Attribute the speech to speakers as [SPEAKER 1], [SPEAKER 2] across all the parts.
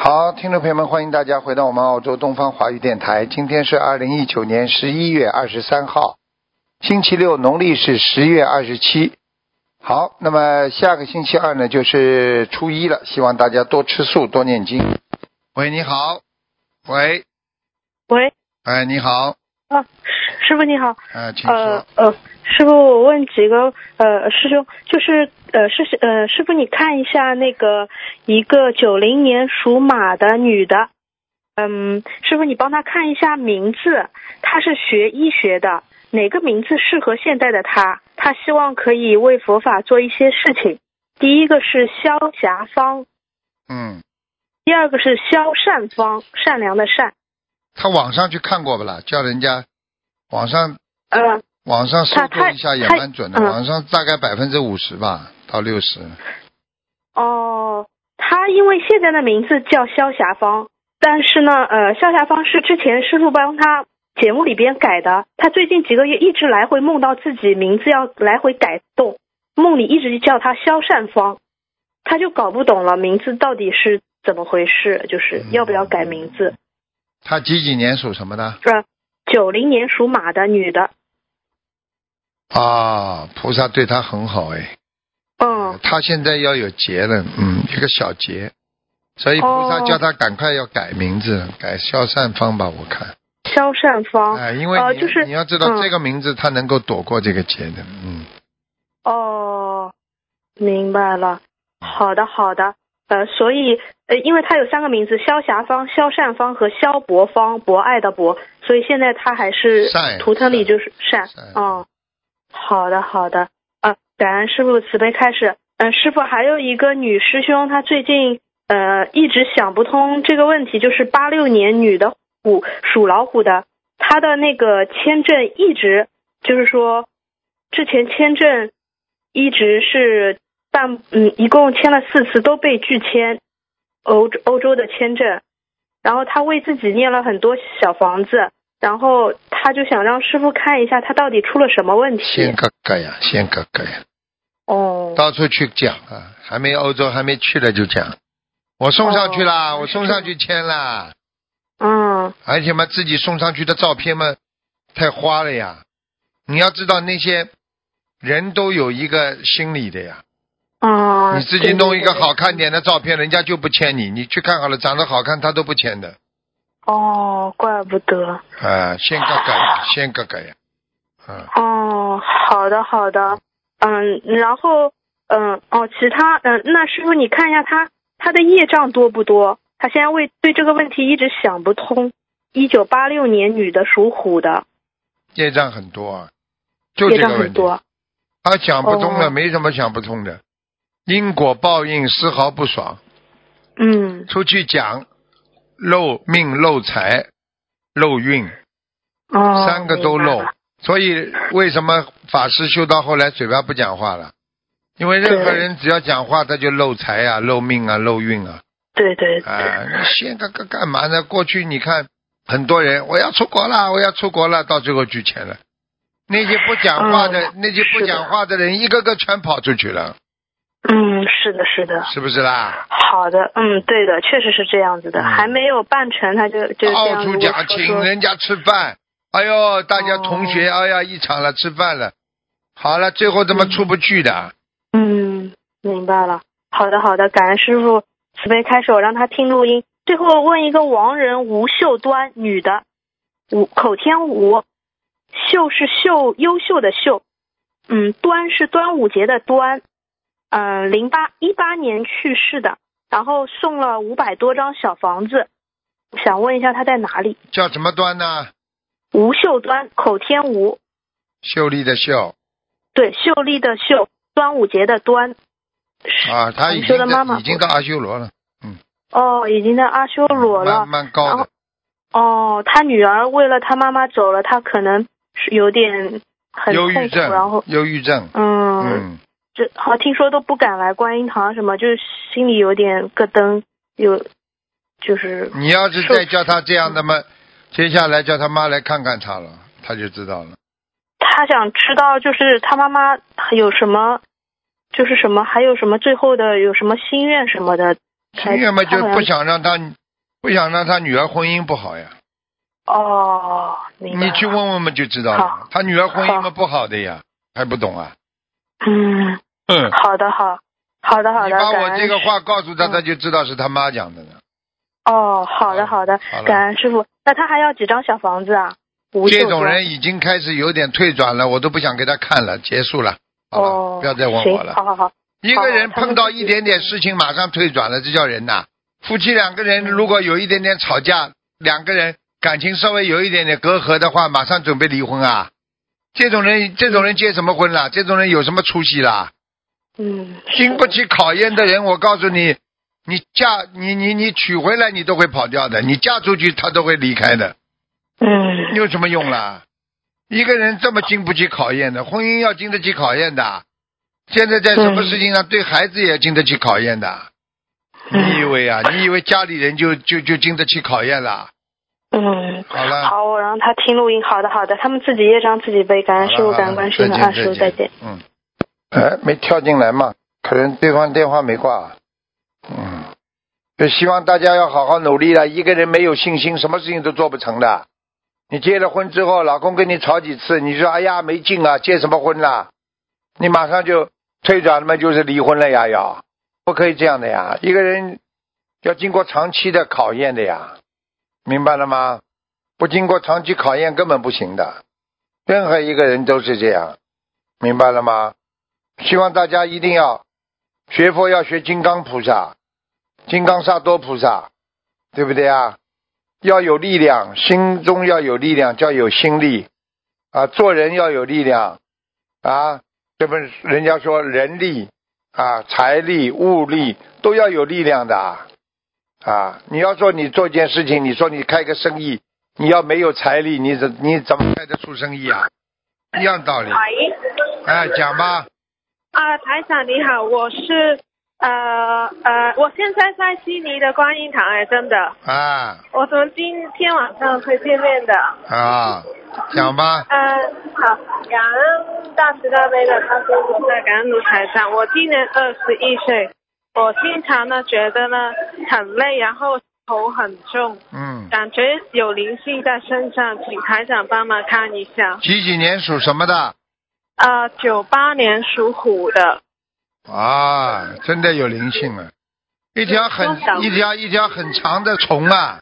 [SPEAKER 1] 好，听众朋友们，欢迎大家回到我们澳洲东方华语电台。今天是二零一九年十一月二十三号，星期六，农历是十月二十七。好，那么下个星期二呢，就是初一了，希望大家多吃素，多念经。喂，你好，喂，
[SPEAKER 2] 喂，
[SPEAKER 1] 哎，你好，
[SPEAKER 2] 啊，师师傅你好，
[SPEAKER 1] 呃，请
[SPEAKER 2] 呃
[SPEAKER 1] 说，
[SPEAKER 2] 呃，师傅，我问几个呃师兄，就是呃师呃师傅，你看一下那个一个九零年属马的女的，嗯，师傅你帮她看一下名字，她是学医学的，哪个名字适合现在的她？她希望可以为佛法做一些事情。第一个是萧霞芳，
[SPEAKER 1] 嗯，
[SPEAKER 2] 第二个是萧善芳，善良的善，
[SPEAKER 1] 他网上去看过不啦？叫人家网上
[SPEAKER 2] 呃，
[SPEAKER 1] 网上搜
[SPEAKER 2] 他
[SPEAKER 1] 索
[SPEAKER 2] 他
[SPEAKER 1] 一下也
[SPEAKER 2] 他
[SPEAKER 1] 蛮准的，
[SPEAKER 2] 嗯
[SPEAKER 1] 网上大概百分之五十吧，到六十。
[SPEAKER 2] 哦，他因为现在的名字叫萧霞芳，但是呢，呃，萧霞芳是之前师傅帮他节目里边改的。他最近几个月一直来回梦到自己名字要来回改动，梦里一直叫他萧善芳，他就搞不懂了，名字到底是怎么回事，就是要不要改名字？
[SPEAKER 1] 他几几年属什么的？
[SPEAKER 2] 呃，九零年属马的女的，
[SPEAKER 1] 啊，菩萨对他很好哎。
[SPEAKER 2] 嗯，
[SPEAKER 1] 他现在要有劫了，嗯，一个小劫，所以菩萨
[SPEAKER 2] 哦
[SPEAKER 1] 叫他赶快要改名字，改消善方吧，我看。
[SPEAKER 2] 萧善芳。
[SPEAKER 1] 哎，因为你、
[SPEAKER 2] 哦就是
[SPEAKER 1] 你要知道
[SPEAKER 2] 嗯
[SPEAKER 1] 这个名字，他能够躲过这个劫的，嗯。
[SPEAKER 2] 哦，明白了。好的，好的。呃，所以呃，因为他有三个名字：萧霞芳、萧善芳和萧博芳，博爱的博，所以现在他还是
[SPEAKER 1] 善
[SPEAKER 2] 图腾里就是善。
[SPEAKER 1] 善
[SPEAKER 2] 哦，好的，好的。啊，感恩师傅慈悲开始。嗯、师傅还有一个女师兄，她最近呃一直想不通这个问题，就是八六年女的虎属老虎的，她的那个签证一直就是说之前签证一直是办，嗯，一共签了四次都被拒签，欧洲欧洲的签证。然后他为自己念了很多小房子，然后他就想让师傅看一下他到底出了什么问
[SPEAKER 1] 先
[SPEAKER 2] 题。
[SPEAKER 1] 改改呀，先改改呀，
[SPEAKER 2] 哦，
[SPEAKER 1] 到处去讲啊，还没欧洲还没去了就讲，我送上去啦，
[SPEAKER 2] 哦
[SPEAKER 1] 我送上去签啦，
[SPEAKER 2] 嗯，
[SPEAKER 1] 而且嘛，自己送上去的照片嘛，太花了呀。你要知道那些人都有一个心理的呀，
[SPEAKER 2] 啊、
[SPEAKER 1] 你自己弄一个好看点的照片，人家就不签你。你去看好了，长得好看他都不签的。
[SPEAKER 2] 哦，怪不得。
[SPEAKER 1] 啊，先改改，先改改呀。啊，
[SPEAKER 2] 哦，好的好的，嗯，然后嗯哦，其他嗯，那师傅你看一下他他的业障多不多？他现在为对这个问题一直想不通。一九八六年女的属虎的，
[SPEAKER 1] 业障很多啊，就
[SPEAKER 2] 业
[SPEAKER 1] 这
[SPEAKER 2] 障
[SPEAKER 1] 个
[SPEAKER 2] 很
[SPEAKER 1] 问题。
[SPEAKER 2] 多。
[SPEAKER 1] 他想不通
[SPEAKER 2] 哦
[SPEAKER 1] 的，没什么想不通的，因果报应丝毫不爽。
[SPEAKER 2] 嗯
[SPEAKER 1] 出去讲，漏命、漏财、漏运，
[SPEAKER 2] 哦，
[SPEAKER 1] 三个都
[SPEAKER 2] 明白
[SPEAKER 1] 漏
[SPEAKER 2] 了。
[SPEAKER 1] 所以为什么法师修到后来嘴巴不讲话了？因为任何
[SPEAKER 2] 对
[SPEAKER 1] 人只要讲话，他就漏财啊、漏命啊、漏运啊。
[SPEAKER 2] 对对对，
[SPEAKER 1] 啊，你现在干干嘛呢？过去你看很多人，我要出国啦，我要出国啦，到最后拒签了。那些不讲话的，
[SPEAKER 2] 嗯
[SPEAKER 1] 那些不
[SPEAKER 2] 是的
[SPEAKER 1] 讲话的人，一个个全跑出去了，
[SPEAKER 2] 嗯，是的，是的。
[SPEAKER 1] 是不是啦？
[SPEAKER 2] 好的，嗯，对的，确实是这样子的，
[SPEAKER 1] 嗯
[SPEAKER 2] 还没有办成，他就就这
[SPEAKER 1] 到
[SPEAKER 2] 样
[SPEAKER 1] 处
[SPEAKER 2] 如果
[SPEAKER 1] 讲，
[SPEAKER 2] 说
[SPEAKER 1] 请
[SPEAKER 2] 说哦
[SPEAKER 1] 人家吃饭，哎呦，大家同学，哎呀，一场了，吃饭了，好了，最后怎么
[SPEAKER 2] 嗯
[SPEAKER 1] 出不去的？
[SPEAKER 2] 嗯，明白了。好的，好的，感恩师傅慈悲开始，我让他听录音。最后问一个亡人吴秀端，女的，吴口天吴，秀是秀优秀的秀，嗯，端是端午节的端，嗯、零八一八年去世的，然后送了五百多张小房子，想问一下他在哪里？
[SPEAKER 1] 叫什么端呢？
[SPEAKER 2] 吴秀端，口天吴，
[SPEAKER 1] 秀丽的秀
[SPEAKER 2] 对，秀丽的秀，端午节的端，
[SPEAKER 1] 啊，他已
[SPEAKER 2] 同修
[SPEAKER 1] 经
[SPEAKER 2] 的妈
[SPEAKER 1] 在
[SPEAKER 2] 妈
[SPEAKER 1] 已经到阿修罗了，
[SPEAKER 2] 哦，已经在阿修罗了
[SPEAKER 1] 蛮。蛮高
[SPEAKER 2] 然
[SPEAKER 1] 的
[SPEAKER 2] 后。哦，他女儿为了他妈妈走了，他可能是有点很
[SPEAKER 1] 忧
[SPEAKER 2] 痛
[SPEAKER 1] 郁
[SPEAKER 2] 苦，
[SPEAKER 1] 症
[SPEAKER 2] 然后，
[SPEAKER 1] 忧郁症，
[SPEAKER 2] 嗯，
[SPEAKER 1] 嗯，
[SPEAKER 2] 这好像听说都不敢来观音堂什么，就是心里有点咯噔，有就是
[SPEAKER 1] 你要是
[SPEAKER 2] 受
[SPEAKER 1] 再叫他这样，那么接下来叫他妈来看看他了，他就知道了。
[SPEAKER 2] 他想知道就是他妈妈有什么，就是什么还有什么最后的有什么心愿什么的，
[SPEAKER 1] 十一月嘛，就
[SPEAKER 3] 他好像
[SPEAKER 1] 不想让他不想让他女儿婚姻不好呀。
[SPEAKER 3] 哦，明白
[SPEAKER 1] 你去
[SPEAKER 3] 了
[SPEAKER 1] 问问嘛就知道
[SPEAKER 3] 好
[SPEAKER 1] 了。他女儿婚姻嘛
[SPEAKER 3] 好
[SPEAKER 1] 不好的呀，还不懂啊？
[SPEAKER 3] 嗯，
[SPEAKER 1] 嗯，
[SPEAKER 3] 好的，好，好的，好
[SPEAKER 1] 你
[SPEAKER 3] 的，
[SPEAKER 1] 把
[SPEAKER 3] 感
[SPEAKER 1] 我
[SPEAKER 3] 恩
[SPEAKER 1] 这个话告诉他，
[SPEAKER 3] 嗯
[SPEAKER 1] 他就知道是他妈讲的了。
[SPEAKER 3] 哦，好的，
[SPEAKER 1] 好
[SPEAKER 3] 好的
[SPEAKER 1] 好了，
[SPEAKER 3] 感恩师傅。那他还要几张小房子啊？五
[SPEAKER 1] 这
[SPEAKER 3] 九
[SPEAKER 1] 种
[SPEAKER 3] 张
[SPEAKER 1] 人已经开始有点退转了，我都不想给他看了，结束了，好了，
[SPEAKER 3] 哦，
[SPEAKER 1] 不要再问
[SPEAKER 3] 行
[SPEAKER 1] 我了。
[SPEAKER 3] 好好好，
[SPEAKER 1] 一个人
[SPEAKER 3] 好他们
[SPEAKER 1] 碰到
[SPEAKER 3] 自己
[SPEAKER 1] 一点点事情马上退转了，这叫人呐？夫妻两个人
[SPEAKER 3] 嗯
[SPEAKER 1] 如果有一点点吵架，两个人感情稍微有一点点隔阂的话，马上准备离婚啊！这种人，这种人结什么婚啦？这种人有什么出息啦？
[SPEAKER 3] 嗯，是
[SPEAKER 1] 经不
[SPEAKER 3] 的
[SPEAKER 1] 起考验的人，我告诉你，你嫁你你你娶回来你都会跑掉的，你嫁出去他都会离开的，
[SPEAKER 3] 嗯，
[SPEAKER 1] 有什么用啦？一个人这么经不起考验的，婚姻要经得起考验的。现在在什么
[SPEAKER 3] 嗯
[SPEAKER 1] 事情上对孩子也经得起考验的？你以
[SPEAKER 3] 嗯，
[SPEAKER 1] 为啊？你以为家里人就就就经得起考验了？
[SPEAKER 3] 嗯，
[SPEAKER 1] 好了，
[SPEAKER 3] 好，我让他听录音。好的，好的，他们自己业障自己背。感
[SPEAKER 1] 好
[SPEAKER 3] 恩
[SPEAKER 1] 了
[SPEAKER 3] 师傅，
[SPEAKER 1] 好
[SPEAKER 3] 感
[SPEAKER 1] 了
[SPEAKER 3] 恩观世音
[SPEAKER 1] 再
[SPEAKER 3] 啊，
[SPEAKER 1] 见
[SPEAKER 3] 师傅再见。。
[SPEAKER 1] 嗯，哎，没跳进来嘛？可能对方电话没挂。啊嗯，就希望大家要好好努力了。一个人没有信心，什么事情都做不成的。你结了婚之后，老公跟你吵几次，你说哎呀没劲啊，结什么婚啦？你马上就退转了嘛，就是离婚了呀，要不可以这样的呀。一个人要经过长期的考验的呀，明白了吗？不经过长期考验根本不行的，任何一个人都是这样，明白了吗？希望大家一定要学佛，要学金刚菩萨、金刚萨多菩萨，对不对啊？要有力量，心中要有力量，叫有心力啊！做人要有力量啊！这不是人家说人力啊、财力、物力都要有力量的啊啊！你要说你做件事情，你说你开个生意，你要没有财力，你怎你怎么开得出生意啊？一样道理。
[SPEAKER 4] 喂，
[SPEAKER 1] 哎，讲吧。
[SPEAKER 4] 啊，台长你好，我是呃呃，我现在在悉尼的观音堂哎，真的，
[SPEAKER 1] 啊
[SPEAKER 4] 我从今天晚上会见面的。
[SPEAKER 1] 啊，讲吧。
[SPEAKER 4] 嗯、好，感恩大慈大悲的他说我在感恩卢台长，我今年二十一岁，我经常呢觉得呢很累，然后头很重，
[SPEAKER 1] 嗯，
[SPEAKER 4] 感觉有灵性在身上，请台长帮忙看一下。
[SPEAKER 1] 几几年属什么的？
[SPEAKER 4] 呃，九八年属虎的，
[SPEAKER 1] 啊，真的有灵性了，一条很
[SPEAKER 4] 多少
[SPEAKER 1] 一条一条很长的虫啊，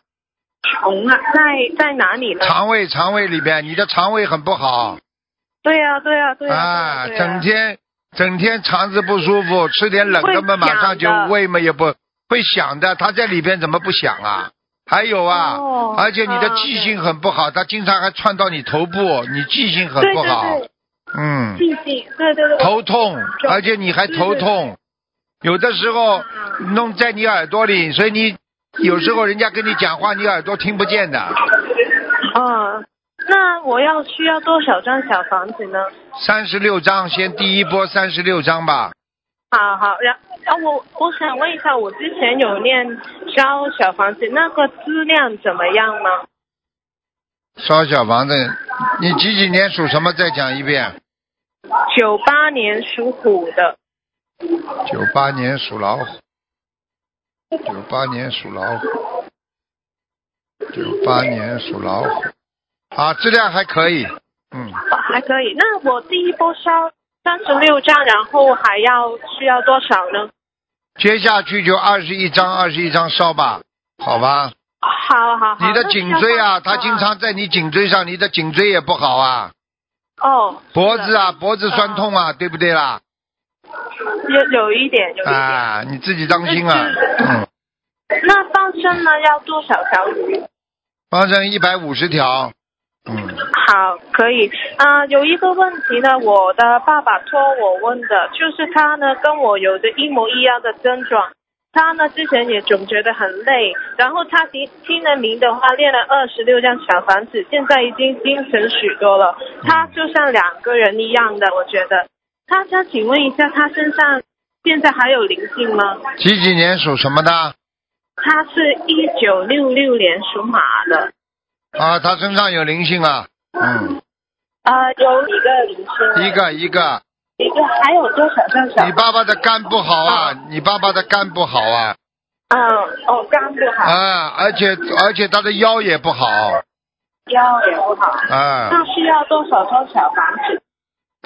[SPEAKER 4] 虫啊，在在哪里呢？
[SPEAKER 1] 肠胃肠胃里边，你的肠胃很不好
[SPEAKER 4] 对呀、对呀、对呀、
[SPEAKER 1] 啊，
[SPEAKER 4] 对呀、
[SPEAKER 1] 整天整天肠子不舒服，吃点冷的嘛，
[SPEAKER 4] 会想的
[SPEAKER 1] 马上就胃嘛也不会想的，他在里边怎么不想啊？还有啊，
[SPEAKER 4] 哦
[SPEAKER 1] 而且你的记
[SPEAKER 4] 啊
[SPEAKER 1] 性很不好，他经常还窜到你头部，你记性很
[SPEAKER 4] 对
[SPEAKER 1] 不好，
[SPEAKER 4] 对
[SPEAKER 1] 嗯。
[SPEAKER 4] 对，记性，对对 对，
[SPEAKER 1] 头痛，
[SPEAKER 4] 就
[SPEAKER 1] 而且你还头痛，有的时候弄在你耳朵里，所以你有时候人家跟你讲话，你耳朵听不见的。
[SPEAKER 4] 嗯，那我要需要多少张小房子呢？
[SPEAKER 1] 三十六章，先第一波三十六章吧。
[SPEAKER 4] 好好，然啊，我我想问一下，我之前有念烧小房子，那个质量怎么样呢？
[SPEAKER 1] 烧小房子，你几几年属什么？再讲一遍。
[SPEAKER 4] 九八年属虎的，
[SPEAKER 1] 九八年属老虎，九八年属老虎，九八年属老虎，啊，质量还可以，嗯。
[SPEAKER 4] 哦还可以。那我第一波烧三十六张，然后还要需要多少呢？
[SPEAKER 1] 接下去就二十一张，二十一张烧吧，好吧。
[SPEAKER 4] 好好好，
[SPEAKER 1] 你的颈椎啊，它经常在你颈椎上，你的颈椎也不好啊，
[SPEAKER 4] 哦
[SPEAKER 1] 脖子啊，脖子酸痛啊，对不对啦？
[SPEAKER 4] 有有一点有一点。
[SPEAKER 1] 啊，你自己当心啊。嗯，
[SPEAKER 4] 那放生呢要多少条鱼？
[SPEAKER 1] 放生一百五十条。嗯，
[SPEAKER 4] 好，可以。啊、有一个问题呢，我的爸爸托我问的，就是他呢跟我有着一模一样的症状。他呢之前也总觉得很累，然后他听听了您的话，练了二十六张小房子，现在已经精神许多了。他就像两个人一样的，我觉得。他想请问一下，他身上现在还有灵性吗？
[SPEAKER 1] 几几年属什么的？
[SPEAKER 4] 他是一九六六年属马的。
[SPEAKER 1] 啊，他身上有灵性啊。嗯，
[SPEAKER 4] 啊，有一个灵性，
[SPEAKER 1] 一个一个。
[SPEAKER 4] 一个还有多少张小
[SPEAKER 1] 你？爸爸的肝不好啊，你爸爸的肝不好啊，
[SPEAKER 4] 嗯，哦，肝不好，
[SPEAKER 1] 啊，而且而且他的腰也不好
[SPEAKER 4] 腰也不好。
[SPEAKER 1] 啊，
[SPEAKER 4] 那需要多少多少房子？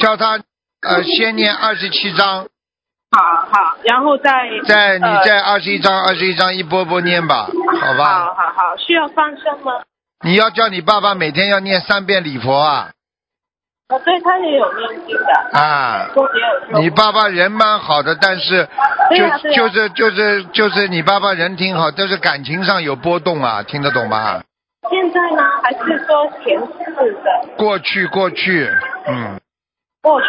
[SPEAKER 1] 叫他呃先念二十七章，
[SPEAKER 4] 好好，然后再
[SPEAKER 1] 再你
[SPEAKER 4] 呃嗯
[SPEAKER 1] 再二十一章，二十一章一波波念吧，好吧？
[SPEAKER 4] 好好好，需要放生吗？
[SPEAKER 1] 你要叫你爸爸每天要念三遍礼佛啊
[SPEAKER 4] 我哦对他也有念经的，
[SPEAKER 1] 啊！
[SPEAKER 4] 都没有用。
[SPEAKER 1] 你爸爸人蛮好的，但是
[SPEAKER 4] 对
[SPEAKER 1] 就、
[SPEAKER 4] 呀对呀
[SPEAKER 1] 就是就是就是你爸爸人挺好，但是感情上有波动啊，听得懂吗？
[SPEAKER 4] 现在呢，还是说前世的
[SPEAKER 1] 过去过去，嗯，
[SPEAKER 4] 过去？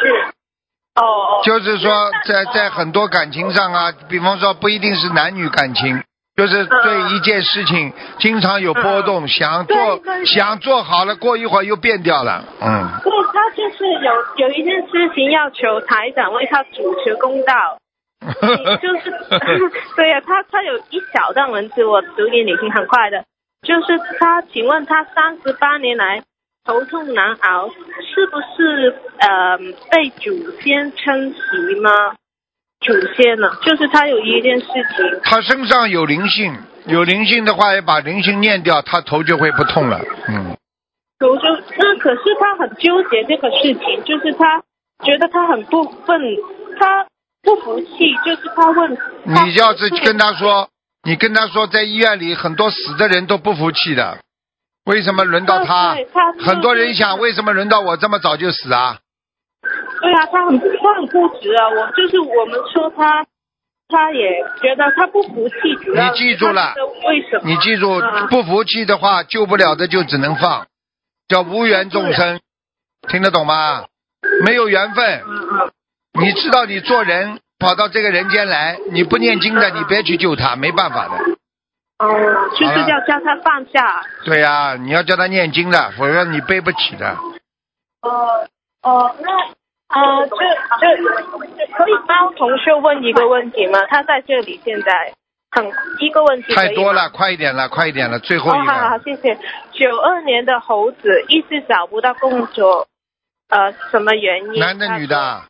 [SPEAKER 4] 哦哦，
[SPEAKER 1] 就是说在在很多感情上啊，比方说不一定是男女感情，就是对一件事情经常有波动，想做
[SPEAKER 4] 嗯对对对
[SPEAKER 1] 想做好了，过一会儿又变掉了，嗯。
[SPEAKER 4] 对他就是有有一件事情要求台长为他主持公道， 就是对呀、他他有一小段文字，我读给你听，很快的，就是他，请问他三十八年来头痛难熬，是不是呃被祖先称其吗？祖先呢，就是他有一件事情，
[SPEAKER 1] 他身上有灵性，有灵性的话，也把灵性念掉，他头就会不痛了。嗯，
[SPEAKER 4] 我就那可是他很纠结这个事情，就是他觉得他很过分，他不服气，就是他问他
[SPEAKER 1] 你要是跟他说，你跟他说，在医院里很多死的人都不服气的，为什么轮到他
[SPEAKER 4] 嗯对嗯他？就是
[SPEAKER 1] 很多人想，为什么轮到我这么早就死啊？
[SPEAKER 4] 对啊，他很他很固执啊，我就是我们说他，他也觉得他不服气，主要
[SPEAKER 1] 你记住了
[SPEAKER 4] 他觉得为什么？
[SPEAKER 1] 你记住，
[SPEAKER 4] 嗯
[SPEAKER 1] 不服气的话，救不了的就只能放，叫无缘众生，听得懂吗？没有缘分，
[SPEAKER 4] 嗯嗯
[SPEAKER 1] 你知道你做人跑到这个人间来，你不念经的，你别去救他，没办法的。
[SPEAKER 4] 哦，就
[SPEAKER 1] 好了
[SPEAKER 4] 是要叫他放下。
[SPEAKER 1] 对呀、你要叫他念经的，否则你背不起的。
[SPEAKER 4] 哦哦，那呃，这这可以帮同学问一个问题吗？他在这里现在很一个问题可以吗
[SPEAKER 1] 太多了，快一点了，快一点了，最后
[SPEAKER 4] 哦，
[SPEAKER 1] 一个。
[SPEAKER 4] 好好好，谢谢。九二年的猴子一直找不到工作，呃，什么原因？
[SPEAKER 1] 男的
[SPEAKER 4] 他
[SPEAKER 1] 女的
[SPEAKER 4] 说
[SPEAKER 1] 啊？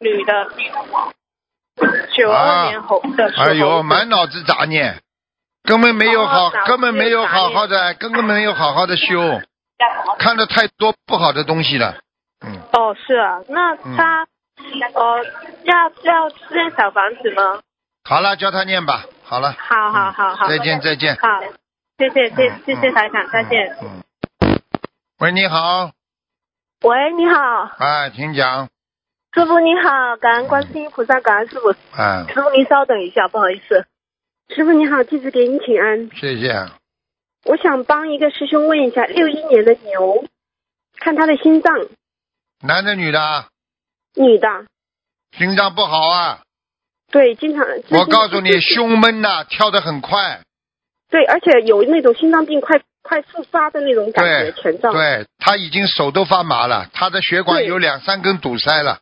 [SPEAKER 4] 女的，九二年猴的时候，
[SPEAKER 1] 哎呦，满脑子杂念，根本没有好，
[SPEAKER 4] 哦脑子
[SPEAKER 1] 根本没有好好的，根本没有好好的修，看了太多不好的东西了。嗯，
[SPEAKER 4] 哦，是啊，那他，哦，要要建小房子吗？
[SPEAKER 1] 好了，叫他念吧。好了，嗯
[SPEAKER 4] 好好好好，
[SPEAKER 1] 再见，再见。
[SPEAKER 4] 好，谢谢谢
[SPEAKER 1] 嗯
[SPEAKER 4] 谢谢台长，再见。
[SPEAKER 1] 嗯。嗯喂，你好，
[SPEAKER 5] 喂，你好，
[SPEAKER 1] 哎，请讲，
[SPEAKER 5] 师傅你好，感恩观世音菩萨，感恩师傅。
[SPEAKER 1] 哎，
[SPEAKER 5] 师傅您稍等一下，不好意思。
[SPEAKER 6] 师傅你好，弟子给您请安。
[SPEAKER 1] 谢谢。
[SPEAKER 6] 我想帮一个师兄问一下，六一年的牛，看他的心脏，
[SPEAKER 1] 男的女的啊？
[SPEAKER 6] 女的，
[SPEAKER 1] 心脏不好啊！
[SPEAKER 6] 对，经常。
[SPEAKER 1] 我告诉你，胸 闷呐、跳得很快。
[SPEAKER 6] 对，而且有那种心脏病快快复发的那种感觉，
[SPEAKER 1] 对
[SPEAKER 6] 前兆。
[SPEAKER 1] 对他已经手都发麻了，他的血管
[SPEAKER 6] 对
[SPEAKER 1] 有两三根堵塞了。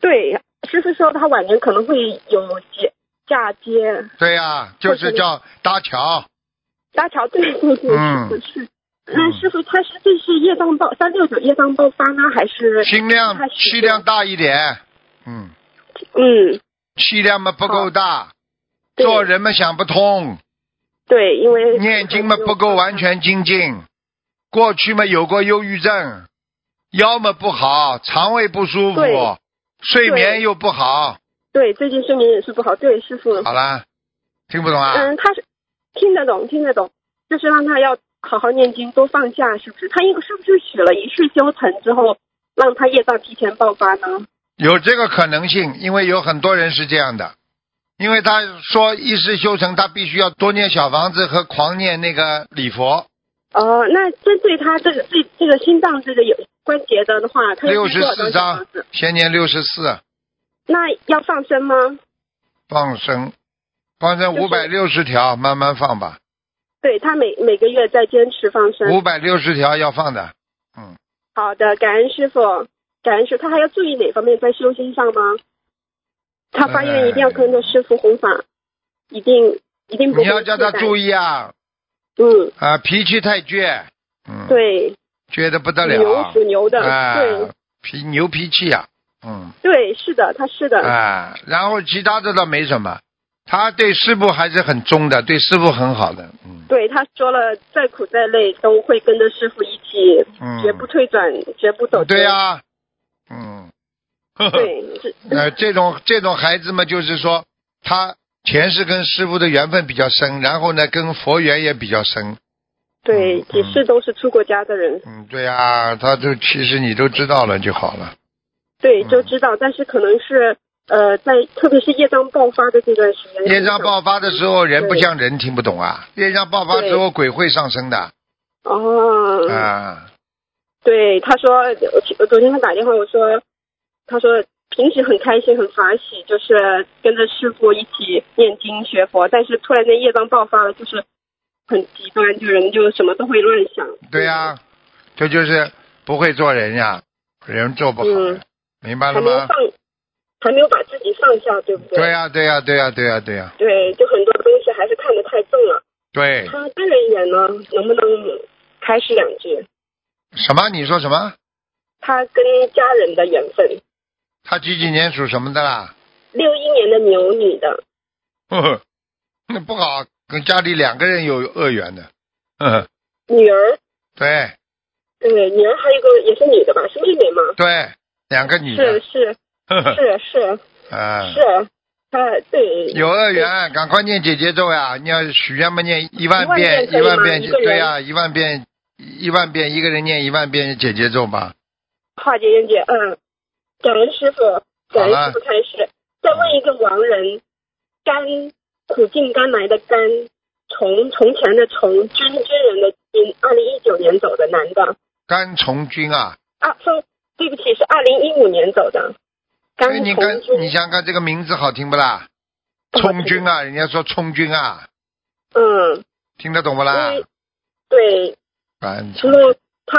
[SPEAKER 6] 对，师傅说他晚年可能会有结嫁接
[SPEAKER 1] 对呀、就是
[SPEAKER 6] 会是
[SPEAKER 1] 叫搭桥。
[SPEAKER 6] 搭桥，对对对，
[SPEAKER 1] 嗯
[SPEAKER 6] 是是。那师傅他是这是业障爆三六九业障爆发呢，还是
[SPEAKER 1] 心量
[SPEAKER 6] 他是
[SPEAKER 1] 气量大一点，嗯，
[SPEAKER 6] 嗯？
[SPEAKER 1] 气量嘛不够大，
[SPEAKER 6] 对
[SPEAKER 1] 做人嘛想不通，
[SPEAKER 6] 对，因为
[SPEAKER 1] 念经嘛不够完全精进，过去嘛有过忧郁症，腰嘛不好，肠胃不舒服
[SPEAKER 6] 对，
[SPEAKER 1] 睡眠
[SPEAKER 6] 对
[SPEAKER 1] 又不好，
[SPEAKER 6] 对，最近睡眠也是不好。对，师傅。
[SPEAKER 1] 好啦，听不懂啊？
[SPEAKER 6] 嗯，他是听得懂，听得懂，就是让他要好好念经，多放下，是不是？他一个是不是许了一世修成之后，让他业障提前爆发呢？
[SPEAKER 1] 有这个可能性，因为有很多人是这样的，因为他说一世修成，他必须要多念小房子和狂念那个礼佛，
[SPEAKER 6] 哦，那针对他这个这这个心脏这个有关节的的话，他
[SPEAKER 1] 六
[SPEAKER 6] 要需
[SPEAKER 1] 十
[SPEAKER 6] 要
[SPEAKER 1] 四
[SPEAKER 6] 多少
[SPEAKER 1] 章
[SPEAKER 6] 房子？，
[SPEAKER 1] 先念六十四，
[SPEAKER 6] 那要放生吗？
[SPEAKER 1] 放生，放生五百六十条，慢慢放吧，
[SPEAKER 6] 对他每每个月在坚持放
[SPEAKER 1] 五
[SPEAKER 6] 生。
[SPEAKER 1] 百六十条要放的，
[SPEAKER 6] 好的，感恩师傅，感恩师。他还要注意哪方面在修心上吗？他发愿一定要跟着师傅弘法，一定一定不
[SPEAKER 1] 你
[SPEAKER 6] 会
[SPEAKER 1] 要叫他注
[SPEAKER 6] 意。
[SPEAKER 1] 意啊，
[SPEAKER 6] 嗯，
[SPEAKER 1] 啊，脾气太倔，嗯，，
[SPEAKER 6] 对。
[SPEAKER 1] 倔得不得
[SPEAKER 6] 牛
[SPEAKER 1] 了
[SPEAKER 6] 属，牛的，
[SPEAKER 1] 啊
[SPEAKER 6] 对，
[SPEAKER 1] 脾牛脾气啊，嗯，
[SPEAKER 4] 嗯
[SPEAKER 1] 啊
[SPEAKER 6] 对，是的，他是的，
[SPEAKER 1] 啊，然后其他的倒没什么，他对师傅还是很忠的，对师傅很好的，嗯
[SPEAKER 4] 对，他说了，再苦再累都会跟着师傅一起，绝不
[SPEAKER 1] 嗯，
[SPEAKER 4] 退转，绝不走
[SPEAKER 1] 对
[SPEAKER 4] 偏
[SPEAKER 1] 呀、嗯，呵呵，
[SPEAKER 4] 对， 是
[SPEAKER 1] 呃，这种这种孩子嘛，就是说他前世跟师傅的缘分比较深，然后呢跟佛缘也比较深，
[SPEAKER 4] 对，
[SPEAKER 1] 嗯
[SPEAKER 4] 几世都是出过家的人，
[SPEAKER 1] 嗯，对呀、他就其实你都知道了就好了，
[SPEAKER 4] 对，
[SPEAKER 1] 嗯
[SPEAKER 4] 就知道，但是可能是呃，在特别是业障爆发的这段时间，
[SPEAKER 1] 业障爆发的时候，人不
[SPEAKER 4] 对
[SPEAKER 1] 像人，听不懂啊。业障爆发之后，鬼会上升的
[SPEAKER 4] 哦，
[SPEAKER 1] 啊。
[SPEAKER 4] 对，他说，我我昨天他打电话，我说，他说平时很开心很法喜，就是跟着师傅一起念经学佛，但是突然间业障爆发了，就是很极端，就人就什么都会乱想。
[SPEAKER 1] 对呀、
[SPEAKER 4] 嗯
[SPEAKER 1] 这就是不会做人呀、人做不好呀
[SPEAKER 4] 嗯，
[SPEAKER 1] 明白了
[SPEAKER 4] 还没有
[SPEAKER 1] 吗
[SPEAKER 4] 放？，还没有把自己放下，对不对？
[SPEAKER 1] 对呀，对呀，对呀，对呀，对呀，
[SPEAKER 4] 对，就很多东西还是看得太重了。
[SPEAKER 1] 对。
[SPEAKER 4] 他个人演呢，能不能开始两句？
[SPEAKER 1] 什么？你说什么？
[SPEAKER 4] 他跟家人的缘分，
[SPEAKER 1] 他几几年属什么的啦？
[SPEAKER 4] 六一年的牛女的，
[SPEAKER 1] 呵呵，那不好，跟家里两个人有恶缘的。 呵呵，
[SPEAKER 4] 女儿，
[SPEAKER 1] 对
[SPEAKER 4] 对，女儿还有一个也是女的吧？是妹妹吗？
[SPEAKER 1] 对，两个女
[SPEAKER 4] 是
[SPEAKER 1] 的。
[SPEAKER 4] 是
[SPEAKER 1] 呵呵，
[SPEAKER 4] 是是
[SPEAKER 1] 嗯。
[SPEAKER 4] 是，他对
[SPEAKER 1] 有恶缘，赶快念姐姐咒呀！你要许愿嘛，念一万遍，一
[SPEAKER 4] 一
[SPEAKER 1] 万
[SPEAKER 4] 万
[SPEAKER 1] 遍
[SPEAKER 4] 遍可以吗一个人
[SPEAKER 1] 对呀，一万遍，一万遍，一个人念一万遍姐姐咒吧。
[SPEAKER 4] 化解冤结，嗯，感恩师傅，感恩师傅开始。再问一个亡人，甘苦尽甘来的甘，从从前的从，军军人的军，二零一九年走的男的，
[SPEAKER 1] 甘从军啊，
[SPEAKER 4] 啊，说对不起，是二零一五年走的，甘
[SPEAKER 1] 哎，你
[SPEAKER 4] 从
[SPEAKER 1] 看，你
[SPEAKER 4] 军，
[SPEAKER 1] 想想看这个名字好听不啦？
[SPEAKER 4] 不好听
[SPEAKER 1] 冲军啊，人家说冲军啊，
[SPEAKER 4] 嗯，
[SPEAKER 1] 听得懂不啦
[SPEAKER 4] 因？为对，
[SPEAKER 1] 甘从
[SPEAKER 4] 除了他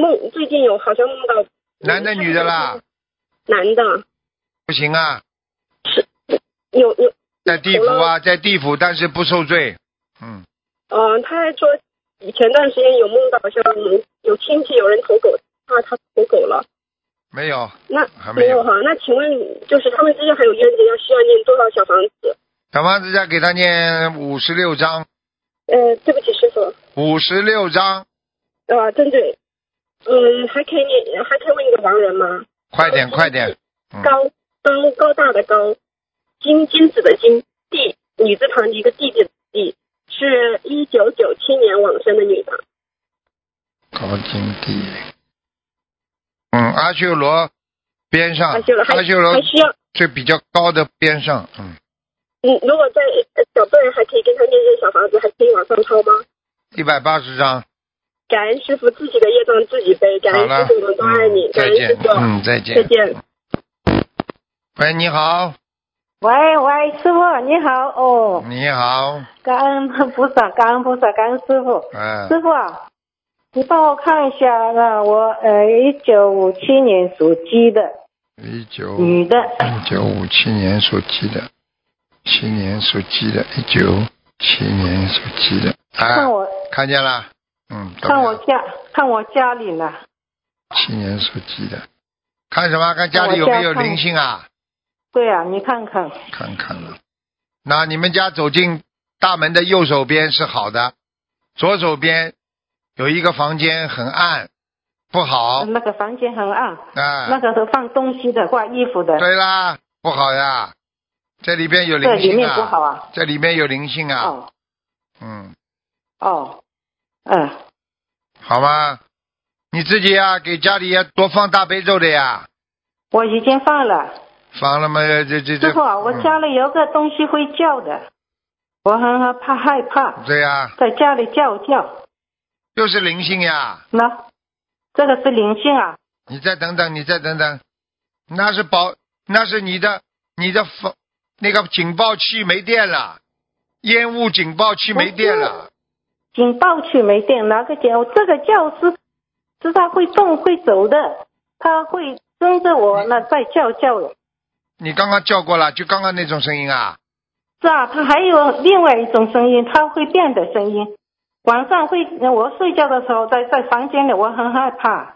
[SPEAKER 4] 梦，最近有好像梦到嗯
[SPEAKER 1] 男的女的啦，
[SPEAKER 4] 男的，
[SPEAKER 1] 不行啊，
[SPEAKER 4] 有有
[SPEAKER 1] 在地府啊，在地府，但是不受罪。嗯，
[SPEAKER 4] 嗯、他还说以前段时间有梦到好像有有亲戚有人投狗，怕他投狗了。
[SPEAKER 1] 没有，
[SPEAKER 4] 那
[SPEAKER 1] 还没
[SPEAKER 4] 没
[SPEAKER 1] 有
[SPEAKER 4] 有哈？那请问就是他们之间还有冤结，要需要念多少小房子？
[SPEAKER 1] 小房子再给他念五十六章，
[SPEAKER 4] 呃，对不起，师傅，
[SPEAKER 1] 五十六章，
[SPEAKER 4] 啊，针对，嗯，还可以念，还可以问一个亡人吗？
[SPEAKER 1] 快点，快点。嗯
[SPEAKER 4] 高高高大的高，金金子的金，弟女字旁一个弟弟的弟，是一九九七年往生的女的。
[SPEAKER 1] 高精地，嗯，阿修罗边上，
[SPEAKER 4] 阿修罗还
[SPEAKER 1] 阿修罗
[SPEAKER 4] 还需要，
[SPEAKER 1] 最比较高的边上，嗯，
[SPEAKER 4] 嗯，如果在呃小辈儿还可以跟他念念小房子，还可以往上抄吗？
[SPEAKER 1] 一百八十张，
[SPEAKER 4] 感恩师傅，自己的业障自己背。感
[SPEAKER 1] 好
[SPEAKER 4] 恩
[SPEAKER 1] 了
[SPEAKER 4] 师傅，我们，都爱你。
[SPEAKER 1] 嗯再
[SPEAKER 4] 感恩
[SPEAKER 1] 见
[SPEAKER 4] 师傅，，
[SPEAKER 1] 嗯，再
[SPEAKER 4] 再
[SPEAKER 1] 见。
[SPEAKER 4] 见。
[SPEAKER 1] 喂，你好，
[SPEAKER 2] 喂喂，师傅你好哦，
[SPEAKER 1] 你好，
[SPEAKER 2] 感恩菩萨，感恩菩萨，感恩师傅。
[SPEAKER 1] 嗯，
[SPEAKER 2] 师傅啊，你帮我看一下，那我呃，一九五七年属鸡的
[SPEAKER 1] 一九
[SPEAKER 2] 女的，
[SPEAKER 1] 一九五七年属鸡的，七年属鸡的，一九七年属鸡的，啊
[SPEAKER 2] 看，我
[SPEAKER 1] 看见了，嗯，怎么
[SPEAKER 2] 看
[SPEAKER 1] 样
[SPEAKER 2] 我家看我家里呢，
[SPEAKER 1] 七年属鸡的，看什么？看家里
[SPEAKER 2] 我
[SPEAKER 1] 有
[SPEAKER 2] 家
[SPEAKER 1] 没有
[SPEAKER 2] 看
[SPEAKER 1] 灵性啊？
[SPEAKER 2] 对啊，你看看，
[SPEAKER 1] 看看了。那你们家走进大门的右手边是好的，左手边有一个房间很暗，不好。
[SPEAKER 2] 那个房间很暗，
[SPEAKER 1] 哎、
[SPEAKER 2] 嗯那个是放东西的，挂衣服的，
[SPEAKER 1] 对啦，不好呀，这里边有
[SPEAKER 2] 对，
[SPEAKER 1] 灵
[SPEAKER 2] 里
[SPEAKER 1] 性
[SPEAKER 2] 面不好
[SPEAKER 1] 啊，
[SPEAKER 2] 啊，
[SPEAKER 1] 这里面有灵性啊，
[SPEAKER 2] 哦
[SPEAKER 1] 嗯，
[SPEAKER 2] 哦，嗯，
[SPEAKER 1] 好吗？你自己呀、给家里要多放大悲咒的呀，
[SPEAKER 2] 我已经放了。
[SPEAKER 1] 放了嘛，这这这
[SPEAKER 2] 师。傅啊，我家里有个东西会叫的，我很害怕害怕
[SPEAKER 1] 嗯、，对呀、
[SPEAKER 2] 在家里叫叫。
[SPEAKER 1] 就是灵性呀，
[SPEAKER 2] 那这个是灵性啊，
[SPEAKER 1] 你再等等，你再等等，那是保，那是你的你的防那个警报器没电了，烟雾警报器没电
[SPEAKER 2] 哦
[SPEAKER 1] 了，
[SPEAKER 2] 警报器没电，拿个电，这个叫是是它会动会走的，它会跟着我那在叫叫的。
[SPEAKER 1] 你刚刚叫过了，就刚刚那种声音啊，
[SPEAKER 2] 是啊，它还有另外一种声音，它会变的声音。晚上会，我睡觉的时候在在房间里，我很害怕。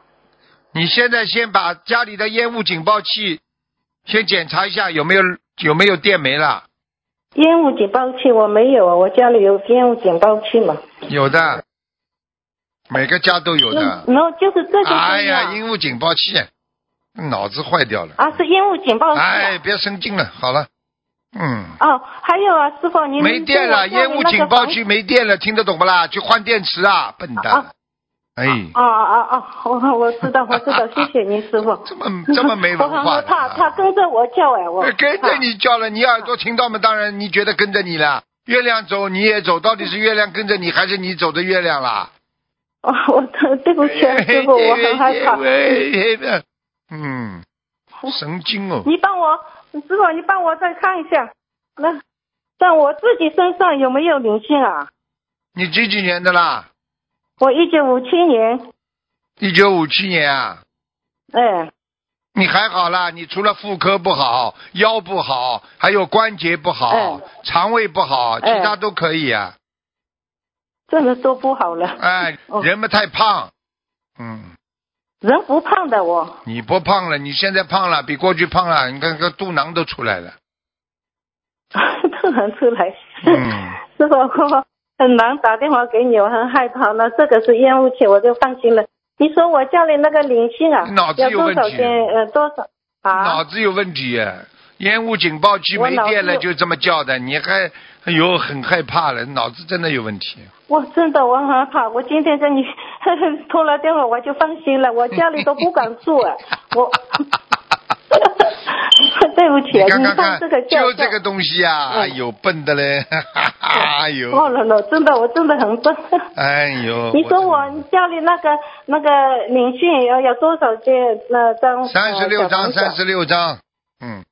[SPEAKER 1] 你现在先把家里的烟雾警报器先检查一下有没有有没有电没了，
[SPEAKER 2] 烟雾警报器我没有啊，我家里有烟雾警报器嘛。
[SPEAKER 1] 有的，每个家都有的。
[SPEAKER 2] 然后就是这个东西啊。
[SPEAKER 1] 哎呀，烟雾警报器，脑子坏掉了。
[SPEAKER 2] 啊，是烟雾警报器啊、
[SPEAKER 1] 哎，别生劲了，好了，嗯，
[SPEAKER 2] 哦，还有啊，师傅，您
[SPEAKER 1] 没电了，烟雾警报器没电了，听得懂不啦？去换电池啊，笨蛋！
[SPEAKER 2] 啊
[SPEAKER 1] 哎，
[SPEAKER 2] 哦哦哦，我我知道，我知 道，谢谢您，师傅。
[SPEAKER 1] 这么这么没文
[SPEAKER 2] 我
[SPEAKER 1] 化
[SPEAKER 2] 我
[SPEAKER 1] 的
[SPEAKER 2] 怕
[SPEAKER 1] 啊。
[SPEAKER 2] 他跟着我叫哎，我
[SPEAKER 1] 呃跟着
[SPEAKER 2] 怕
[SPEAKER 1] 你叫了，你耳朵听到吗？当然，你觉得跟着你了。月亮走，你也走，到底是月亮跟着你，还是你走着月亮啦？
[SPEAKER 2] 哦，我对 对不起，啊
[SPEAKER 1] 哎
[SPEAKER 2] 师傅，我很害怕。
[SPEAKER 1] 嗯，神经哦。
[SPEAKER 2] 你帮我，师傅，你帮我再看一下，那在我自己身上有没有灵性啊？
[SPEAKER 1] 你几几年的啦？
[SPEAKER 2] 我一九五七年，
[SPEAKER 1] 一九五七年啊。
[SPEAKER 2] 哎，
[SPEAKER 1] 你还好啦，你除了妇科不好，腰不好，还有关节不好，
[SPEAKER 2] 哎
[SPEAKER 1] 肠胃不好，其
[SPEAKER 2] 哎
[SPEAKER 1] 他都可以啊。
[SPEAKER 2] 真的都不好了，
[SPEAKER 1] 哎，
[SPEAKER 2] 哦
[SPEAKER 1] 人们太胖，嗯。
[SPEAKER 2] 人不胖的我，
[SPEAKER 1] 你不胖了，你现在胖了，比过去胖了，你看个肚囊都出来了。
[SPEAKER 2] 突然出来。
[SPEAKER 1] 嗯，
[SPEAKER 2] 师傅，我很忙打电话给你，我很害怕。那这个是烟雾气，我就放心了。你说我家里那个灵性啊，
[SPEAKER 1] 脑子
[SPEAKER 2] 要
[SPEAKER 1] 有
[SPEAKER 2] 多
[SPEAKER 1] 问
[SPEAKER 2] 少
[SPEAKER 1] 题
[SPEAKER 2] 钱？呃，多少啊
[SPEAKER 1] 脑？子有问题啊，烟雾警报器
[SPEAKER 2] 我
[SPEAKER 1] 没
[SPEAKER 2] 脑子
[SPEAKER 1] 电了
[SPEAKER 2] 有
[SPEAKER 1] 就这么叫的，你还哎呦很害怕了，脑子真的有问题。
[SPEAKER 2] 我真的我很害怕。我今天跟你 通了电话，我就放心了。我家里都不敢 住啊，我。 对不起
[SPEAKER 1] 你
[SPEAKER 2] 啊，
[SPEAKER 1] 看
[SPEAKER 2] 你
[SPEAKER 1] 看
[SPEAKER 2] 放
[SPEAKER 1] 看
[SPEAKER 2] 这个，教
[SPEAKER 1] 就这个东西啊，
[SPEAKER 2] 嗯
[SPEAKER 1] 哎呦笨的嘞，哎
[SPEAKER 2] 哦
[SPEAKER 1] 呦，
[SPEAKER 2] 了了，真的我真的很 笨。
[SPEAKER 1] 哎呦。
[SPEAKER 2] 你说我
[SPEAKER 1] 真的
[SPEAKER 2] 家里那个那个灵性要要多少件那张？呃
[SPEAKER 1] 三十六张，三
[SPEAKER 2] 三
[SPEAKER 1] 十六张，嗯，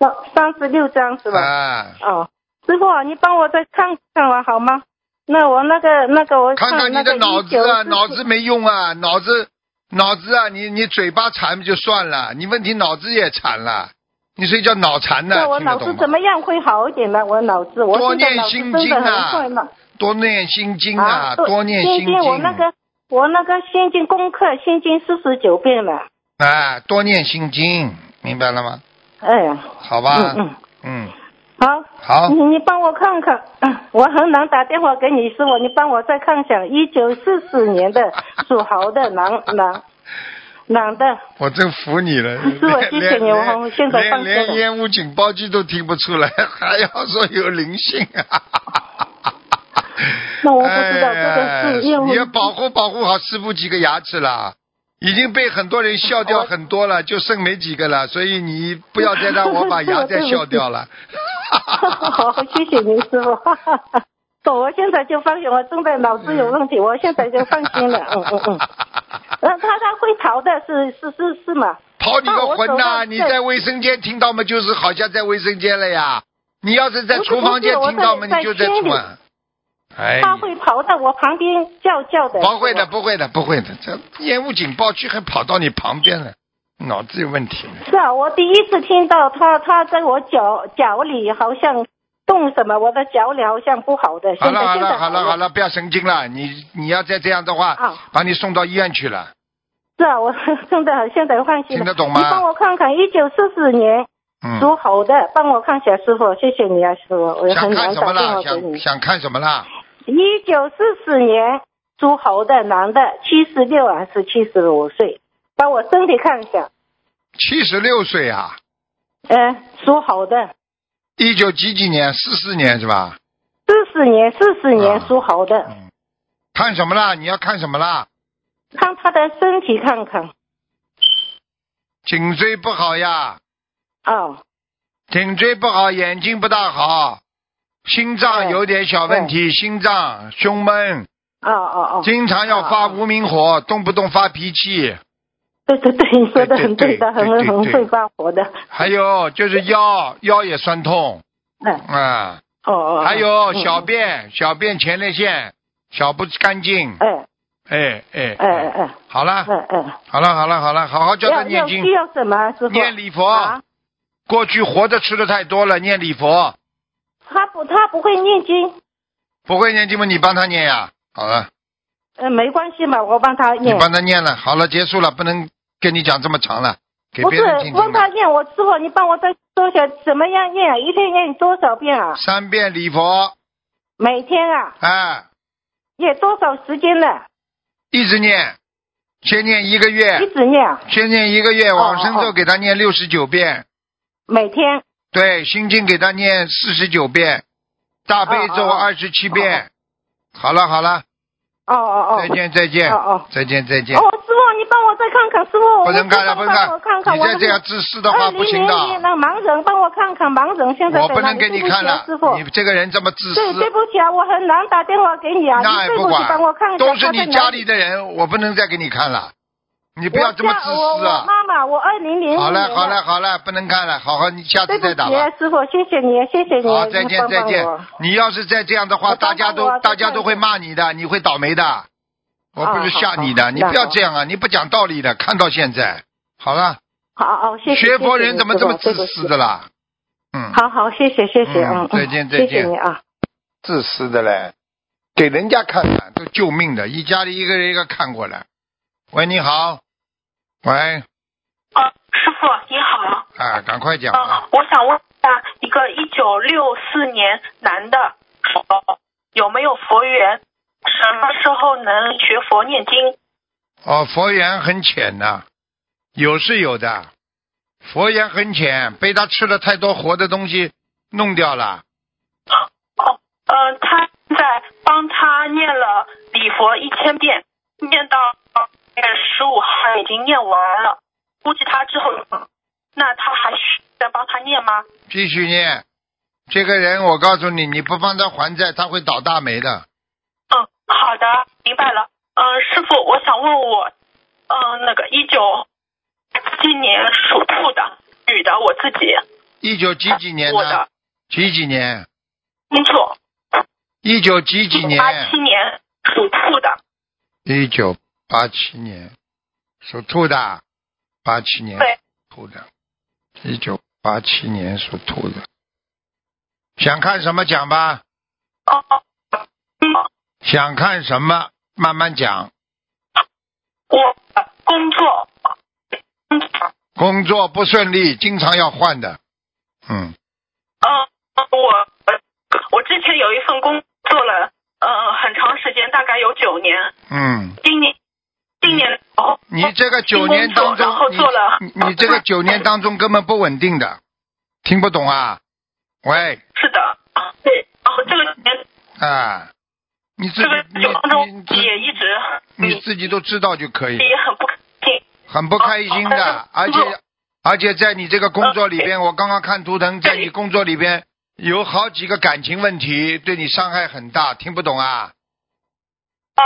[SPEAKER 2] 哦三十六张是吧？
[SPEAKER 1] 啊，
[SPEAKER 2] 哦，师傅啊，你帮我再看看我好吗？那我那个那个我
[SPEAKER 1] 看看你
[SPEAKER 2] 那
[SPEAKER 1] 的
[SPEAKER 2] 个
[SPEAKER 1] 脑子啊，
[SPEAKER 2] 1947
[SPEAKER 1] 脑子没用啊，脑子脑子啊，你你嘴巴馋就算了，你问题脑子也馋了，你所以叫脑残呢
[SPEAKER 2] 那，我
[SPEAKER 1] 听得
[SPEAKER 2] 脑
[SPEAKER 1] 懂
[SPEAKER 2] 子
[SPEAKER 1] 吗
[SPEAKER 2] 怎？么样会好一点呢？我脑子，我
[SPEAKER 1] 多
[SPEAKER 2] 现在
[SPEAKER 1] 念
[SPEAKER 2] 脑子
[SPEAKER 1] 心
[SPEAKER 2] 真
[SPEAKER 1] 经
[SPEAKER 2] 的
[SPEAKER 1] 啊
[SPEAKER 2] 很快嘛。
[SPEAKER 1] 多念心经啊，
[SPEAKER 2] 对
[SPEAKER 1] 多念
[SPEAKER 2] 心
[SPEAKER 1] 心经，
[SPEAKER 2] 我那个我那个心经功课，心经四十九遍了。
[SPEAKER 1] 啊，多念心经，明白了吗？
[SPEAKER 2] 哎，
[SPEAKER 1] 好吧，
[SPEAKER 2] 嗯
[SPEAKER 1] 嗯，
[SPEAKER 2] 嗯，好，
[SPEAKER 1] 好
[SPEAKER 2] 你，你帮我看看，嗯我很难打电话给你师傅，你帮我再看一下，一九四四年 的属猴的男男男 的，
[SPEAKER 1] 我真服你 了，
[SPEAKER 2] 师傅
[SPEAKER 1] 连
[SPEAKER 2] 谢谢你
[SPEAKER 1] 连
[SPEAKER 2] 我现在
[SPEAKER 1] 连
[SPEAKER 2] 放心
[SPEAKER 1] 连
[SPEAKER 2] 了
[SPEAKER 1] 烟雾警报器都听不出来， 还要说有灵性啊！
[SPEAKER 2] 那我不知道这个
[SPEAKER 1] 哎
[SPEAKER 2] 是业务
[SPEAKER 1] 你要保护保护好师傅几个牙齿啦，已经被很多人笑 掉很多了，就剩没几个了，所以你不要再让我把牙再
[SPEAKER 2] 对不起
[SPEAKER 1] 笑掉了。
[SPEAKER 2] 好，谢谢您师傅。走，我现在就放心，我真的脑子有
[SPEAKER 1] 嗯
[SPEAKER 2] 问题，我现在就放心了。嗯嗯嗯。那他他会逃的是是是是吗？
[SPEAKER 1] 跑你个魂呐、
[SPEAKER 2] 那我走了
[SPEAKER 1] 你在卫生间听到吗？就是好像在卫生间了呀。你要是在厨房间
[SPEAKER 2] 不是不是
[SPEAKER 1] 听到吗？
[SPEAKER 2] 我在
[SPEAKER 1] 你就在厨
[SPEAKER 2] 在
[SPEAKER 1] 房。哎，
[SPEAKER 2] 他会跑到我旁边叫叫的。
[SPEAKER 1] 不会的，。不会的，不会的。这烟雾警报器还跑到你旁边了，脑子有问题了。
[SPEAKER 2] 是啊，我第一次听到他他在我脚脚里好像动什么，我的脚里好像不好的。
[SPEAKER 1] 好
[SPEAKER 2] 现
[SPEAKER 1] 了
[SPEAKER 2] 在
[SPEAKER 1] 好
[SPEAKER 2] 现在
[SPEAKER 1] 了好了好
[SPEAKER 2] 了。
[SPEAKER 1] 了，不要神经了。你你要再这样的话
[SPEAKER 2] 啊，
[SPEAKER 1] 把你送到医院去了。
[SPEAKER 2] 是啊，我真的现在放心了。
[SPEAKER 1] 听得懂吗
[SPEAKER 2] 你帮我看看，一九四四年属
[SPEAKER 1] 嗯，
[SPEAKER 2] 猴的，帮我看一下师傅，谢谢你啊，师傅，我
[SPEAKER 1] 想
[SPEAKER 2] 很
[SPEAKER 1] 看
[SPEAKER 2] 难
[SPEAKER 1] 什么
[SPEAKER 2] 打电
[SPEAKER 1] 啦？
[SPEAKER 2] 话给
[SPEAKER 1] 想
[SPEAKER 2] 你。
[SPEAKER 1] 想看什么啦？
[SPEAKER 2] 一九四四年属猴的男的，七十六还是七十五岁？帮我身体看一下，
[SPEAKER 1] 七十六岁啊，
[SPEAKER 2] 呃，属猴的，
[SPEAKER 1] 一九几几年？四四年是吧？
[SPEAKER 2] 四四年，四四
[SPEAKER 1] 啊
[SPEAKER 2] 年属猴的，
[SPEAKER 1] 嗯看什么啦？你要看什么啦？
[SPEAKER 2] 看他的身体看看。
[SPEAKER 1] 颈椎不好呀，
[SPEAKER 2] 哦，
[SPEAKER 1] 颈椎不好，眼睛不大好，心脏
[SPEAKER 2] 对
[SPEAKER 1] 有点小问题，心脏胸闷，
[SPEAKER 2] 哦哦哦，嗯
[SPEAKER 1] 经常要发无名火，动不动发脾气，
[SPEAKER 2] 对对对，你说的很
[SPEAKER 1] 对对对
[SPEAKER 2] 的，很
[SPEAKER 1] 对
[SPEAKER 2] 很
[SPEAKER 1] 对
[SPEAKER 2] 很会发火的。
[SPEAKER 1] 还有就是腰腰也酸痛
[SPEAKER 2] 嗯，
[SPEAKER 1] 啊、
[SPEAKER 2] 哦哦。
[SPEAKER 1] 还
[SPEAKER 2] 哦
[SPEAKER 1] 有
[SPEAKER 2] 嗯
[SPEAKER 1] 小便小便前列腺小不干净，
[SPEAKER 2] 哎
[SPEAKER 1] 哎哎
[SPEAKER 2] 哎哎哎
[SPEAKER 1] 好了
[SPEAKER 2] 哎哎，
[SPEAKER 1] 好了好了好了，好好教他
[SPEAKER 2] 要
[SPEAKER 1] 念
[SPEAKER 2] 要
[SPEAKER 1] 经
[SPEAKER 2] 需，要什么，师傅？
[SPEAKER 1] 念礼佛，
[SPEAKER 2] 啊
[SPEAKER 1] 过去活着吃的太多了，念礼佛
[SPEAKER 2] 他不他不会念经，
[SPEAKER 1] 不会念经吗？你帮他念呀，好了。
[SPEAKER 2] 呃，没关系嘛，我帮他
[SPEAKER 1] 你
[SPEAKER 2] 念。
[SPEAKER 1] 帮他念了，好了，结束了，不能跟你讲这么长了。给
[SPEAKER 2] 不
[SPEAKER 1] 别
[SPEAKER 2] 是
[SPEAKER 1] 人听听
[SPEAKER 2] 问他
[SPEAKER 1] 吧。
[SPEAKER 2] 念，我师傅，你帮我再说一下怎么样念，啊一天念多少遍啊？
[SPEAKER 1] 三遍礼佛，
[SPEAKER 2] 每天啊，
[SPEAKER 1] 哎，
[SPEAKER 2] 也多少时间了？
[SPEAKER 1] 一直念，先念一个
[SPEAKER 2] 一
[SPEAKER 1] 月，
[SPEAKER 2] 直念啊，
[SPEAKER 1] 先念一个月，
[SPEAKER 2] 哦
[SPEAKER 1] 往生咒
[SPEAKER 2] 哦
[SPEAKER 1] 给他念六十九遍，
[SPEAKER 2] 每天
[SPEAKER 1] 对，心经给他念四十九遍，大悲咒
[SPEAKER 2] 哦哦
[SPEAKER 1] 二十七遍。好了好了，
[SPEAKER 2] 哦哦哦。
[SPEAKER 1] 再见再见
[SPEAKER 2] 哦哦
[SPEAKER 1] 再见再见
[SPEAKER 2] 哦，，师傅，你帮我再看看，师傅，
[SPEAKER 1] 不能看了
[SPEAKER 2] 了，
[SPEAKER 1] 不能
[SPEAKER 2] 帮我看看，
[SPEAKER 1] 你
[SPEAKER 2] 我哎呃
[SPEAKER 1] 再这样自私的话不行
[SPEAKER 2] 二零零一
[SPEAKER 1] 的
[SPEAKER 2] 年，那盲人帮我看看，盲人现在
[SPEAKER 1] 我
[SPEAKER 2] 在
[SPEAKER 1] 不
[SPEAKER 2] 哪
[SPEAKER 1] 能
[SPEAKER 2] 里？
[SPEAKER 1] 给你
[SPEAKER 2] 对不起啊
[SPEAKER 1] 看了
[SPEAKER 2] 师傅，，
[SPEAKER 1] 你这个人这么自
[SPEAKER 2] 对，对
[SPEAKER 1] 私，
[SPEAKER 2] 不起啊，我很难打电话给你啊，
[SPEAKER 1] 那
[SPEAKER 2] 你
[SPEAKER 1] 也
[SPEAKER 2] 对
[SPEAKER 1] 不
[SPEAKER 2] 不起，
[SPEAKER 1] 管
[SPEAKER 2] 帮我看，一下，
[SPEAKER 1] 都是
[SPEAKER 2] 他在
[SPEAKER 1] 你
[SPEAKER 2] 哪
[SPEAKER 1] 家
[SPEAKER 2] 里
[SPEAKER 1] 里的人，我不能再给你看了，你不要这么自
[SPEAKER 2] 我
[SPEAKER 1] 私
[SPEAKER 2] 家我
[SPEAKER 1] 啊
[SPEAKER 2] 我！妈妈，我二零零
[SPEAKER 1] 好了好了好了，不能看了，好好你下
[SPEAKER 2] 对
[SPEAKER 1] 次
[SPEAKER 2] 不
[SPEAKER 1] 再
[SPEAKER 2] 起
[SPEAKER 1] 打吧
[SPEAKER 2] 啊，。师傅，谢谢你，谢谢你，
[SPEAKER 1] 好，再
[SPEAKER 2] 你
[SPEAKER 1] 见
[SPEAKER 2] 帮
[SPEAKER 1] 再
[SPEAKER 2] 帮
[SPEAKER 1] 见
[SPEAKER 2] 我。
[SPEAKER 1] 你要是再这样的话，
[SPEAKER 2] 我
[SPEAKER 1] 大
[SPEAKER 2] 帮帮
[SPEAKER 1] 家
[SPEAKER 2] 我啊
[SPEAKER 1] 都
[SPEAKER 2] 再
[SPEAKER 1] 大家
[SPEAKER 2] 看
[SPEAKER 1] 都
[SPEAKER 2] 一
[SPEAKER 1] 会
[SPEAKER 2] 下
[SPEAKER 1] 骂你的，你会倒霉的。我不是
[SPEAKER 2] 好
[SPEAKER 1] 吓
[SPEAKER 2] 好
[SPEAKER 1] 你的，你
[SPEAKER 2] 那
[SPEAKER 1] 不要
[SPEAKER 2] 好
[SPEAKER 1] 这样啊！你不讲道理的，看到现在，好了，
[SPEAKER 2] 好哦，谢谢。
[SPEAKER 1] 学佛
[SPEAKER 2] 谢谢
[SPEAKER 1] 人
[SPEAKER 2] 你
[SPEAKER 1] 怎么
[SPEAKER 2] 师
[SPEAKER 1] 这
[SPEAKER 2] 傅
[SPEAKER 1] 么自
[SPEAKER 2] 对不起
[SPEAKER 1] 私的啦？嗯，
[SPEAKER 2] 好好，谢谢谢谢，
[SPEAKER 1] 嗯
[SPEAKER 2] 嗯，
[SPEAKER 1] 再
[SPEAKER 2] 嗯
[SPEAKER 1] 见再
[SPEAKER 2] 谢谢
[SPEAKER 1] 见
[SPEAKER 2] 你啊。
[SPEAKER 1] 自私的嘞，给人家看看都救命的，一家里一个人一个看过来。喂，你好，喂，
[SPEAKER 7] 呃，师傅你好，
[SPEAKER 1] 啊，赶快讲啊
[SPEAKER 7] 呃，！我想问一下，一个一九六四年男的，呃有没有佛缘？什么时候能学佛念经？
[SPEAKER 1] 哦，佛缘很浅呐、有是有的，佛缘很浅，被他吃了太多活的东西弄掉了。
[SPEAKER 7] 哦，呃，他现在帮他念了礼佛一千遍，念到月十五号已经念完了，估计他之后，那他还需要帮他念吗？
[SPEAKER 1] 继续念。这个人，我告诉你，你不帮他还债，他会倒大霉的。
[SPEAKER 7] 嗯，好的，明白了。嗯，师傅，我想问我，嗯，那个一九七年属兔的女的，我自己，
[SPEAKER 1] 一九几几年
[SPEAKER 7] 啊我
[SPEAKER 1] 呢
[SPEAKER 7] 的？
[SPEAKER 1] 几几年？
[SPEAKER 7] 工作，
[SPEAKER 1] 一九几几年？
[SPEAKER 7] 八七年属兔的，
[SPEAKER 1] 一九八七年，属兔的，八七年
[SPEAKER 7] 对
[SPEAKER 1] 兔的，一九八七年属兔的。想看什么讲吧，
[SPEAKER 7] 哦，嗯，
[SPEAKER 1] 想看什么慢慢讲。
[SPEAKER 7] 我的工作，嗯，
[SPEAKER 1] 工作不顺利，经常要换的。嗯，
[SPEAKER 7] 呃，我我之前有一份工作了，呃，很长时间，大概有九年，
[SPEAKER 1] 嗯，
[SPEAKER 7] 今年，今年哦，
[SPEAKER 1] 你这个九
[SPEAKER 7] 新
[SPEAKER 1] 年
[SPEAKER 7] 工
[SPEAKER 1] 当
[SPEAKER 7] 作，然后
[SPEAKER 1] 中，
[SPEAKER 7] 做了，
[SPEAKER 1] 你你你这个九年当中根本不稳定的，听不懂啊？喂
[SPEAKER 7] 是的，对，然后这个年
[SPEAKER 1] 啊，你自
[SPEAKER 7] 这个
[SPEAKER 1] 己
[SPEAKER 7] 九当中
[SPEAKER 1] 你
[SPEAKER 7] 也一直
[SPEAKER 1] 你你自己都知道就可以了。
[SPEAKER 7] 也很不开心，
[SPEAKER 1] 很不开心的
[SPEAKER 7] 哦，
[SPEAKER 1] 而且
[SPEAKER 7] 哦
[SPEAKER 1] 而且在你这个工作里边，我刚刚看图腾，在你工作里边有好几个感情问题，对你伤害很大，听不懂啊？
[SPEAKER 7] 啊，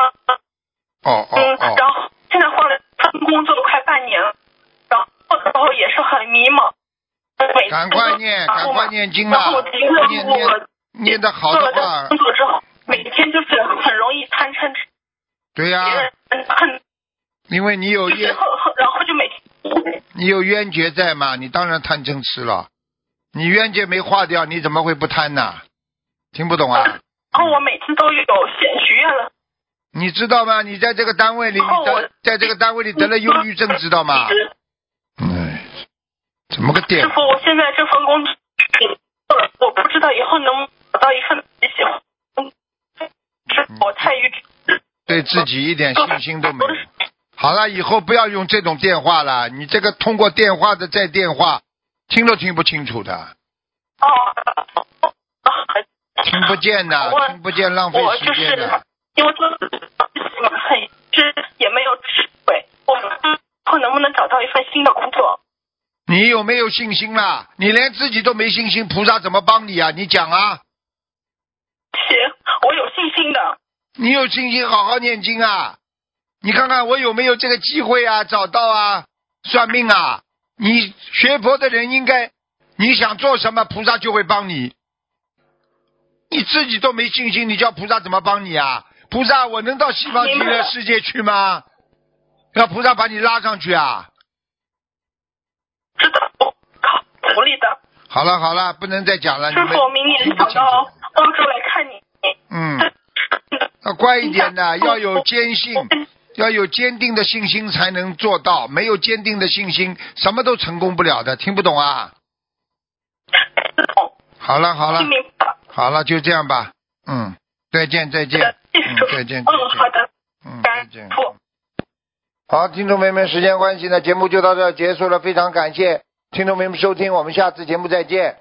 [SPEAKER 1] 哦哦
[SPEAKER 7] 嗯，
[SPEAKER 1] 哦，
[SPEAKER 7] 然后现在换了份工作快半年了，然后然后也是很迷茫，每
[SPEAKER 1] 赶快念，
[SPEAKER 7] 然
[SPEAKER 1] 赶
[SPEAKER 7] 后嘛
[SPEAKER 1] 快念经
[SPEAKER 7] 然后
[SPEAKER 1] 吧
[SPEAKER 7] 我的一个，
[SPEAKER 1] 念
[SPEAKER 7] 我
[SPEAKER 1] 念念的好
[SPEAKER 7] 做了这
[SPEAKER 1] 的话
[SPEAKER 7] 个工，作之后，每天就是很容易贪嗔痴，
[SPEAKER 1] 对呀、
[SPEAKER 7] 别人很
[SPEAKER 1] 因为你有
[SPEAKER 7] 就是
[SPEAKER 1] 冤，
[SPEAKER 7] 后后然后就每天
[SPEAKER 1] 你有冤结在嘛，你当然贪嗔痴了。你冤结没化掉，你怎么会不贪呢？听不懂啊？
[SPEAKER 7] 然哦后我每次都有许许愿了，
[SPEAKER 1] 你知道吗？你在这个单位里，你
[SPEAKER 7] 哦我
[SPEAKER 1] 得在这个单位里得了忧郁症，知道吗？哎，怎么个点
[SPEAKER 7] 师？傅，我现在这份工作，我不知道以后能不能找到一份自己喜欢。嗯，是我太愚蠢。
[SPEAKER 1] 对自己一点信心都没有。好了，以后不要用这种电话了。你这个通过电话的再电话，听都听不清楚的，
[SPEAKER 7] 哦，啊
[SPEAKER 1] 听不见的，
[SPEAKER 7] 我
[SPEAKER 1] 听不见，浪费
[SPEAKER 7] 我就
[SPEAKER 1] 时
[SPEAKER 7] 是
[SPEAKER 1] 间的。
[SPEAKER 7] 因为做很知也没有智慧，我以后能不能找到一份新的工作？
[SPEAKER 1] 你有没有信心啦？你连自己都没信心，菩萨怎么帮你啊？你讲啊！
[SPEAKER 7] 行，我有信心的。
[SPEAKER 1] 你有信心，好好念经啊！你看看我有没有这个机会啊？找到啊？算命啊？你学佛的人应该，你想做什么，菩萨就会帮你。你自己都没信心，你叫菩萨怎么帮你啊？菩萨，我能到西方极乐世界去吗？要菩萨把你拉上去啊！
[SPEAKER 7] 知道，我靠，努力的。
[SPEAKER 1] 好了好了，不能再讲了。你
[SPEAKER 7] 师
[SPEAKER 1] 们
[SPEAKER 7] 傅，我明
[SPEAKER 1] 听
[SPEAKER 7] 年
[SPEAKER 1] 不
[SPEAKER 7] 想
[SPEAKER 1] 清楚
[SPEAKER 7] 到。欧洲来看你。
[SPEAKER 1] 嗯，要乖一点的，要有坚信，要有坚定的信心才能做到，没有坚定的信心，什么都成功不了的。听不懂啊？好了好了
[SPEAKER 7] 听明白了。
[SPEAKER 1] 好了，就这样吧。嗯，再见再见。嗯，再见再
[SPEAKER 7] 嗯，好
[SPEAKER 1] 见。
[SPEAKER 7] 的，
[SPEAKER 1] 嗯，
[SPEAKER 7] 感
[SPEAKER 1] 再
[SPEAKER 7] 恩
[SPEAKER 1] 见
[SPEAKER 7] 师。傅。
[SPEAKER 1] 好，听众朋友们，时间关系呢，节目就到这儿结束了，非常感谢听众朋友们收听，我们下次节目再见。